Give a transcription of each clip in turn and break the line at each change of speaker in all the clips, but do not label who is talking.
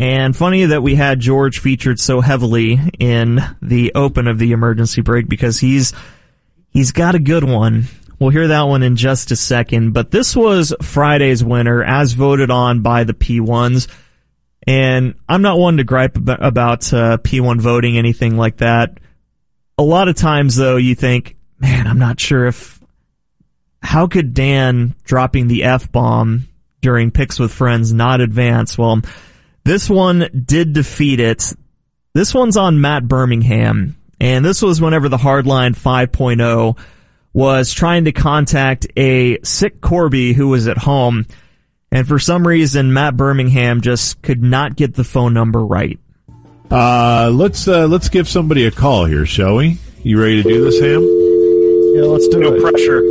And funny that we had George featured so heavily in the open of the emergency break because he's he's got a good one. We'll hear that one in just a second, but this was Friday's winner as voted on by the P1s. And I'm not one to gripe ab- about uh, P1 voting anything like that. A lot of times though you think, man, I'm not sure if how could Dan dropping the F bomb during picks with friends not advance? Well, this one did defeat it. This one's on Matt Birmingham, and this was whenever the Hardline 5.0 was trying to contact a sick Corby who was at home, and for some reason Matt Birmingham just could not get the phone number right.
Uh, let's uh, let's give somebody a call here, shall we? You ready to do this, Ham?
Yeah, let's do
No pressure.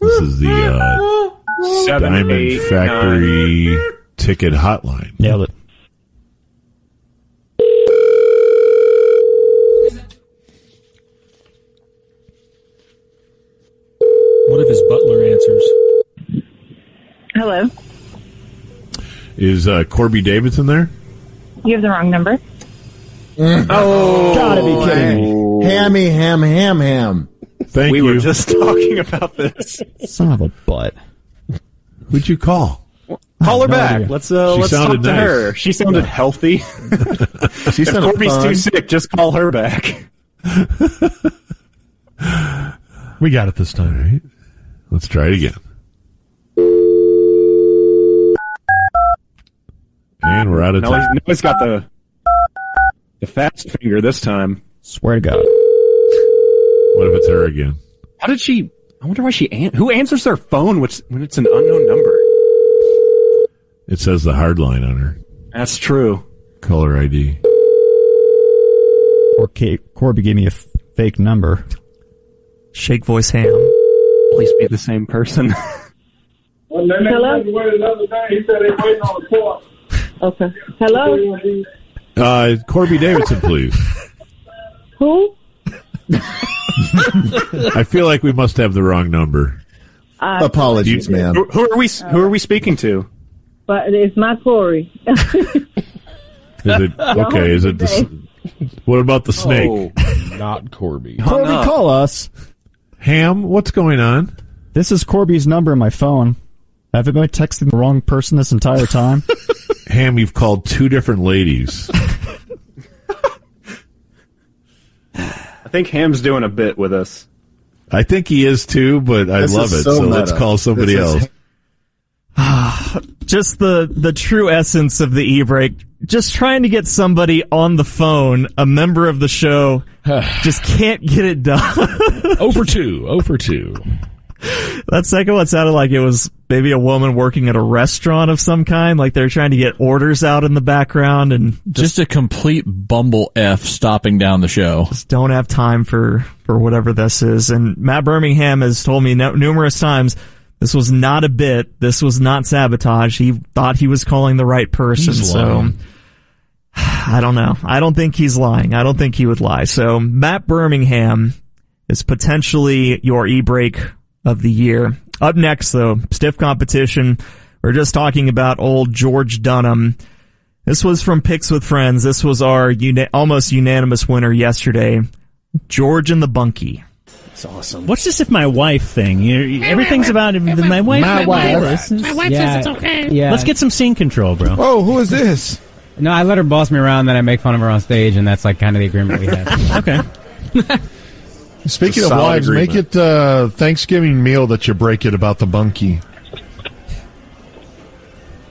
This is the uh,
Seven,
Diamond
eight, nine.
Factory Ticket Hotline.
Nailed it.
What if his butler answers?
Hello.
Is uh, Corby Davidson there?
You have the wrong number.
Gotta be kidding me. Hammy, ham, ham, ham.
Thank
We
you.
were just talking about this.
Son of a butt.
Who'd you call?
Call her
no
back.
idea.
Let's uh,
She
let's talk
sounded
to
nice.
her. She sounded healthy.
She
If
sounded
Corby's
fun.
too sick, just call her back.
We got it this
All
time.
right. Let's try it again. And we're out of
Now he's,
time.
now he's got the the fast finger this time.
Swear to God.
What if it's her again?
How did she? I wonder why she an- who answers their phone which, when it's an unknown number.
It says the hard line on her.
That's true.
Caller ID.
Or Kate, Corby gave me a f- fake number.
Shake voice ham.
Please be the same person.
When they make
Hello?
me wait another day, he said they waiting on the court.
Okay. Hello.
Uh, Corby Davidson, please.
Who?
I feel like we must have the wrong number.
Apologies, man.
who, who are we? s- Who are we speaking to?
But it's my Corey.
Is it okay? Is it the? s- What about the snake?
Oh,
Not Corby.
Corby,
up.
call us.
Ham, what's going on?
This is Corby's number in my phone. Have I been texting the wrong person this entire time?
Ham, you've called two different ladies.
I think Ham's doing a bit with us.
I think he is too, but I
This
love
is
it.
so
So, let's
meta.
call somebody
This is-
else.
Just the the true essence of the e-break. Just trying to get somebody on the phone, a member of the show, just can't get it done.
0 for 2. 0 for 2.
That second one sounded like it was maybe a woman working at a restaurant of some kind, like they're trying to get orders out in the background and
Just, a complete bumble F stopping down the show.
just don't have time for, for whatever this is. And Matt Birmingham has told me no, numerous times this was not a bit. This was not sabotage. He thought he was calling the right person.
He's
so
lying.
I don't know. I don't think he's lying. I don't think he would lie. So Matt Birmingham is potentially your e-break of the year. Up next though, stiff competition. We're just talking about old George Dunham. This was from Picks with Friends. This was our uni- almost unanimous winner yesterday. George and the Bunkie.
What's this if my wife thing? You- you- everything's about if my wife.
My wife.
My wife says it's okay. Yeah. Let's get some scene control, bro.
Oh, who is this?
No, I let her boss me around, then I make fun of her on stage, and that's like kind of the agreement we have.
Okay.
Speaking
It's a
of
solid
wives,
agreement.
make it uh, Thanksgiving meal that you break it about the bunkie.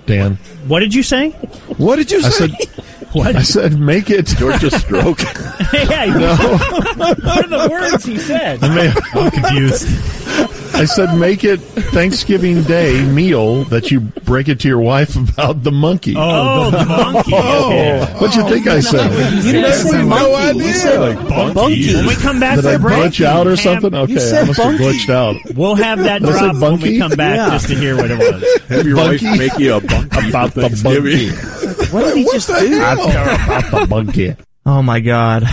Dan,
What did you say?
What did you
I
say?
said, I said, make it.
Georgia Stroke.
yeah, you- what are the words he said?
Oh,
I may-
I'm confused.
I said, make it Thanksgiving Day meal that you break it to your wife about the monkey.
Oh, the monkey. Okay.
what you think I said?
you
said
no idea.
When we come back
Did
for
I
a break,
glitch out or
Ham,
something? Okay, I
said
must have glitched out.
We'll have that
Was it
drop when we
bunky?
come back
Yeah.
just to hear what it was.
Have your
wife Bunky?
make you a bunkie
About the monkey.
What the hell?
About the monkey.
Oh my god.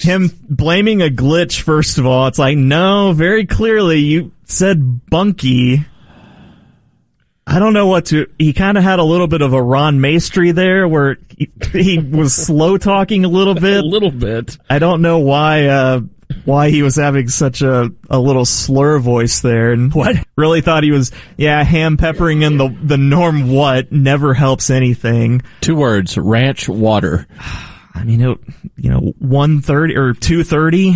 him blaming a glitch, first of all, it's like, no, very clearly you said bunky. I don't know what to. He kind of had a little bit of a Ron Maestri there where he, he was slow talking a little bit.
a little bit.
I don't know why uh, why he was having such a, a little slur voice there, and what really thought he was yeah ham peppering in the the norm what never helps anything.
Two words: ranch water.
I mean, it, you know, one thirty or two thirty,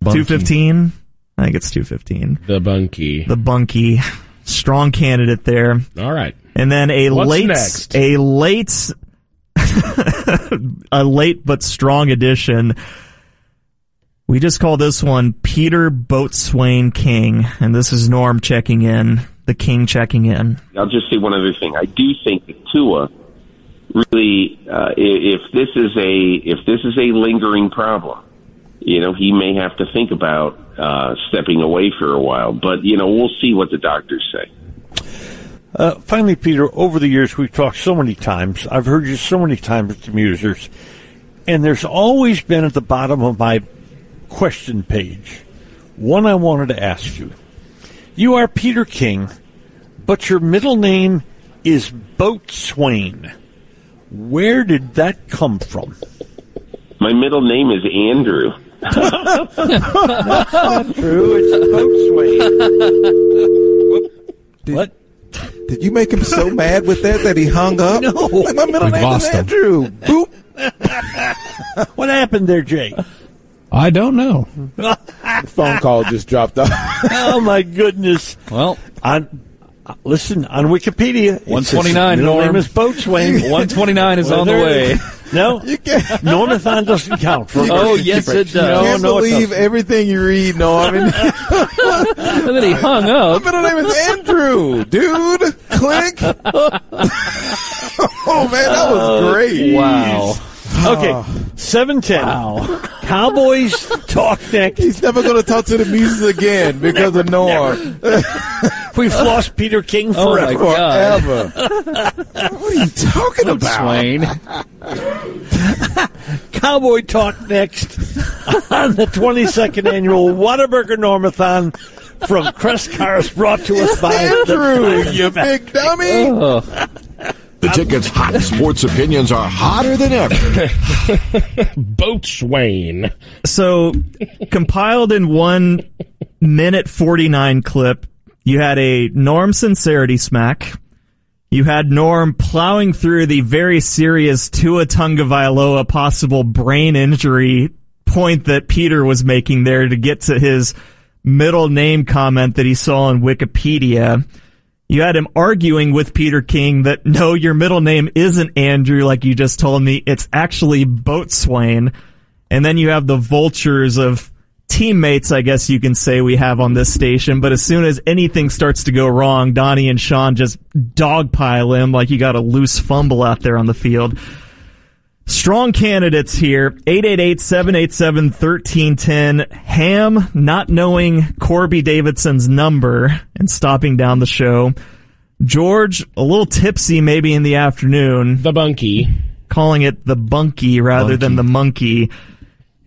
Bunky.
two fifteen. I think it's two fifteen.
The bunky.
The bunky, strong candidate there.
All right.
And then a
What's
late,
next?
a late, a late but strong addition. We just call this one Peter Boatswain King, and this is Norm checking in, the King checking in.
I'll just say one other thing. I do think that Tua really, uh, i- if this is a if this is a lingering problem, you know, he may have to think about uh, stepping away for a while. But you know, we'll see what the doctors say.
Uh, finally, Peter, over the years, we've talked so many times. I've heard you so many times with the musers. And there's always been at the bottom of my question page one I wanted to ask you. You are Peter King, but your middle name is Boatswain. Where did that come from?
My middle name is Andrew.
True, it's Boatswain. what?
Did you make him so mad with that that he hung up? No. Like, my middle
We
name
lost
is
him.
Andrew. Boop.
what happened there, Jake?
I don't know.
the
phone call just dropped off.
oh my goodness!
Well,
on uh, listen on Wikipedia, it
129,
says Middle
Norm.
name is Boatswain.
129 is
Well,
on the
there
way.
it is. No, Uh, Normathon doesn't count. For
Oh, yes, it does.
No,
Can't
no, it
Believe
doesn't.
everything you read, Norm. And
then he hung up.
My middle name is Andrew, dude. Click. oh man, that was great.
Wow. Okay, seven ten. Wow. Cowboys talk next.
He's never going to talk to the muses again because of Norm.
We've lost Peter King
Oh, my
forever.
God. Forever. what are you talking about?
Cowboy Talk next on the 22nd annual Whataburger Normathon from Crest Cars, brought to us by
Andrew,
the-
you big dummy.
The ticket's hot. Sports opinions are hotter than ever.
Boatswain.
So, compiled in one minute 49 clip, you had a Norm Sincerity Smack. You had Norm plowing through the very serious Tua Tungavailoa possible brain injury point that Peter was making there to get to his middle name comment that he saw on Wikipedia. You had him arguing with Peter King that no, your middle name isn't Andrew, like you just told me. It's actually Boatswain. And then you have the vultures of teammates, I guess you can say we have on this station. But as soon as anything starts to go wrong, Donnie and Sean just dogpile him like you got a loose fumble out there on the field. Strong candidates here. 888-787-1310. Ham not knowing Corby Davidson's number and stopping down the show. George, a little tipsy maybe in the afternoon.
The bunkie.
Calling it the bunkie rather than the monkey.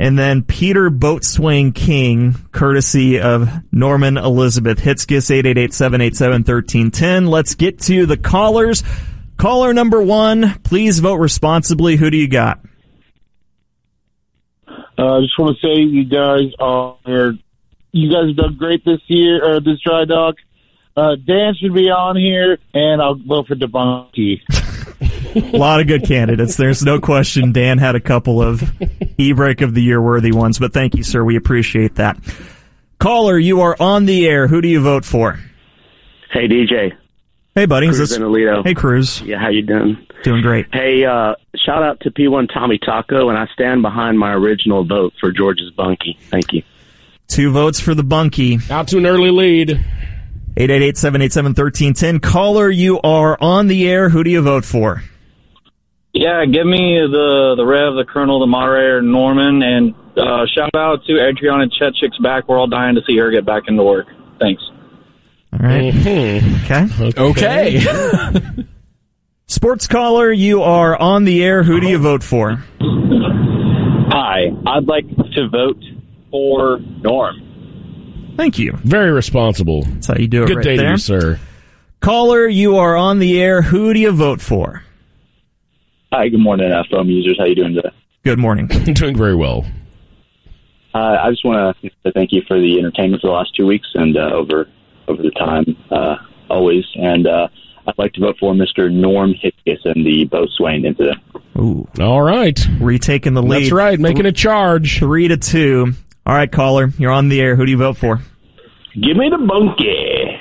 And then Peter Boatswain King, courtesy of Norman Elizabeth Hitzkiss, 888-787-1310. Let's get to the callers. Caller number one, please vote responsibly. Who do you got?
Uh, I just want to say you guys are you guys have done great this year or this dry dock. Uh, Dan should be on here, and I'll vote for Debunky.
A lot of good candidates. There's no question Dan had a couple of e-break of the year worthy ones, but thank you, sir. We appreciate that. Caller, you are on the air. Who do you vote for?
Hey DJ.
Hey, buddy. Is
Cruz
this-
Benolito.
Hey, Cruz.
Yeah, how you doing?
Doing great.
Hey, uh, shout out to P1 Tommy Taco, and I stand behind my original vote for George's Bunky. Thank you.
Two votes for the bunkie.
Out to an early lead.
888-787-1310. Caller, you are on the air. Who do you vote for?
Yeah, give me the the Rev, the Colonel, the Moderator, Norman, and uh, shout out to Adriana Chechik's back. We're all dying to see her get back into work. Thanks.
All right.
Mm-hmm.
Okay. Sports caller, you are on the air. Who do you vote for?
Uh,
Hi, I'd like to vote for Norm.
Thank you.
Very responsible.
That's how you do it
Good
right
day to
there.
you, sir.
Caller, you are on the air. Who do you vote for?
Hi, good morning, uh, phone users. How you doing today?
Good morning.
Doing very well.
Uh, I just want to thank you for the entertainment for the last two weeks and uh, over over the time uh, always. And uh, I'd like to vote for Mr. Norm Hickes and the Bo Swain incident.
Ooh.
All right.
Retaking the lead.
That's right, making a charge.
Three to two. All right, caller, you're on the air. Who do you vote for?
Give me the monkey.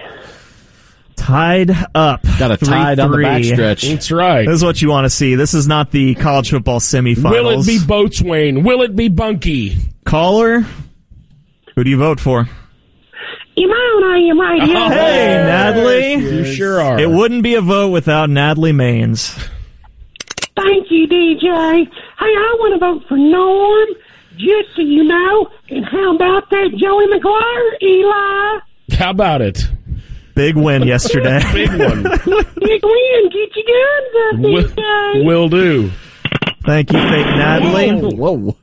Tied up. Got
a tie down the backstretch.
That's right.
This is what you want to see. This is not the college football semifinals.
Will it be Boatswain? Will it be Bunky?
caller? Who do you vote for?
Iman, I am right here.
Hey, Natalie.
You sure are.
It wouldn't be a vote without Natalie Maines.
Thank you, DJ.
Uh-huh.
Hey, I want to vote for Norm, just so you know. And how about that Joey McGuire, Eli?
How about it?
Big win yesterday.
Big one.
Big win. Get your guns up, DJ.
Will do.
Thank you, fake Natalie. Whoa.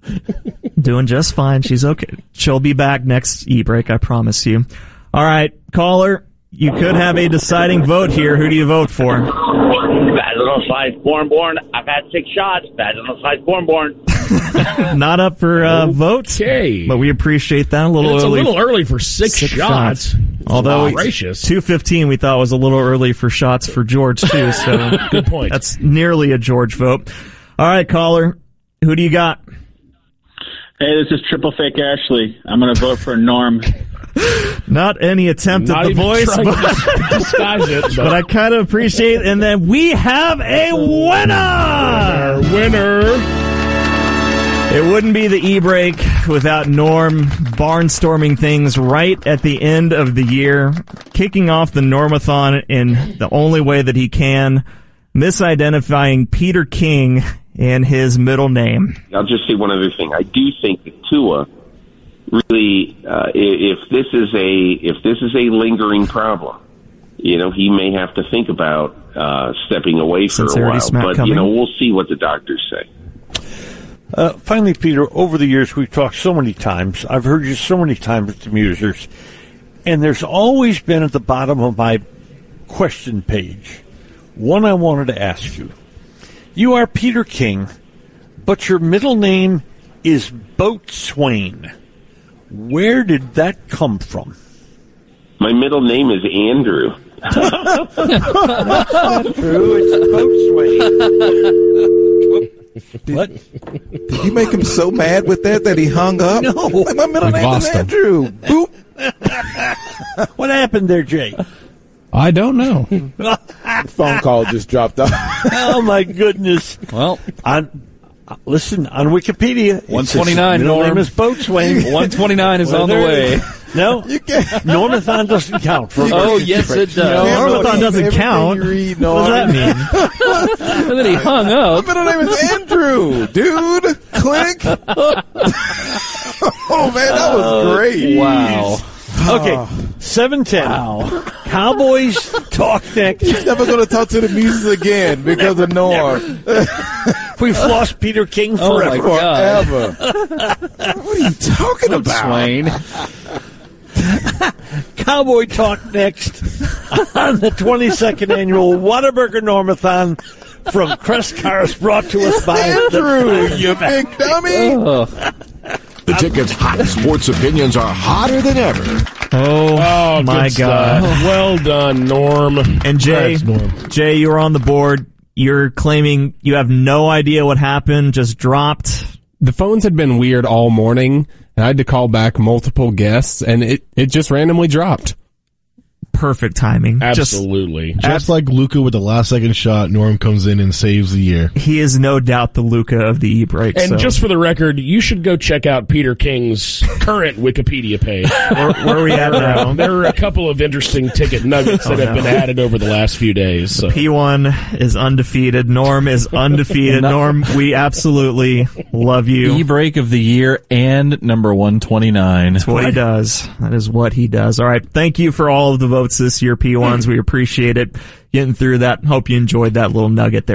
Doing just fine. She's okay. She'll be back next e break, I promise you. All right, caller, you could have a deciding vote here. Who do you vote for?
Bad little size born born. I've had six shots. Bad little size born born.
Not up for uh, votes. Okay. But we appreciate that. A little
it's
early.
a little early for six, shots.
Although
gracious.
two fifteen we thought was a little early for shots for George too, so
Good point.
That's nearly a George vote. All right, caller, who do you got?
Hey, this is Triple Fake Ashley. I'm going to vote for Norm.
Not any attempt
Not
at the
even
voice,
trying
but,
to disguise it, but-
but I kind of appreciate. it. And then we have a winner.
Winner.
It wouldn't be the e break without Norm barnstorming things right at the end of the year, kicking off the Normathon in the only way that he can, misidentifying Peter King and his middle name.
I'll just say one other thing. I do think that Tua really, uh, i- if this is a if this is a lingering problem, you know, he may have to think about uh, stepping away for a
Sincerity
while.
smack
But
coming.
you know, we'll see what the doctors say.
Uh, finally, Peter, over the years we've talked so many times. I've heard you so many times with the musers, and there's always been at the bottom of my question page one I wanted to ask you. You are Peter King, but your middle name is Boatswain. Where did that come from?
My middle name is Andrew.
True, it's
Boatswain. what? Did you make him so mad with that that he hung up? No. Like, my middle
We've
name is
lost him.
Andrew. Boop.
what happened there, Jay?
I don't know.
phone call just dropped off. oh my goodness! Well, on uh, listen on Wikipedia, it says
129,
Middle
Norm.
name is Boatswain.
129 is on the
there it
way.
is. No, Normathon doesn't count. For
Oh, yes, it does.
Normathon doesn't count. What does that mean?
and then he hung up.
My middle name is Andrew, dude. Click. oh man, that was great.
Wow. Okay, seven ten. Wow. Cowboys talk next.
He's never going to talk to the muses again because of Norm.
We've lost Peter King
Oh,
forever.
my God. what are you talking about?
Swain. Cowboy Talk next on the 22nd annual Whataburger Normathon from Crest Cars, brought to us by
Andrew,
the
you
big dummy.
The ticket's hot sports opinions are hotter than ever.
Oh,
Oh, good
my
stuff.
God.
Well done, Norm.
And Jay,
Thanks, Norm.
Jay, you were on the board. You're claiming you have no idea what happened. Just dropped.
The phones had been weird all morning, and I had to call back multiple guests, and it, it just randomly dropped.
Perfect timing.
Absolutely.
Just like Luca with the last second shot, Norm comes in and saves the year.
He is no doubt the Luca of the e break.
And just for the record, you should go check out Peter King's current Wikipedia page.
where, where are we at now?
There are a couple of interesting ticket nuggets that
Oh,
have
no.
been added over the last few days. So.
P1 is undefeated. Norm is undefeated.
Not-
Norm, we absolutely love you.
E break of the year and number 129. That's
what he does. That is what he does. All right. Thank you for all of the votes this year, P1s. We appreciate it. Getting through that. Hope you enjoyed that little nugget there.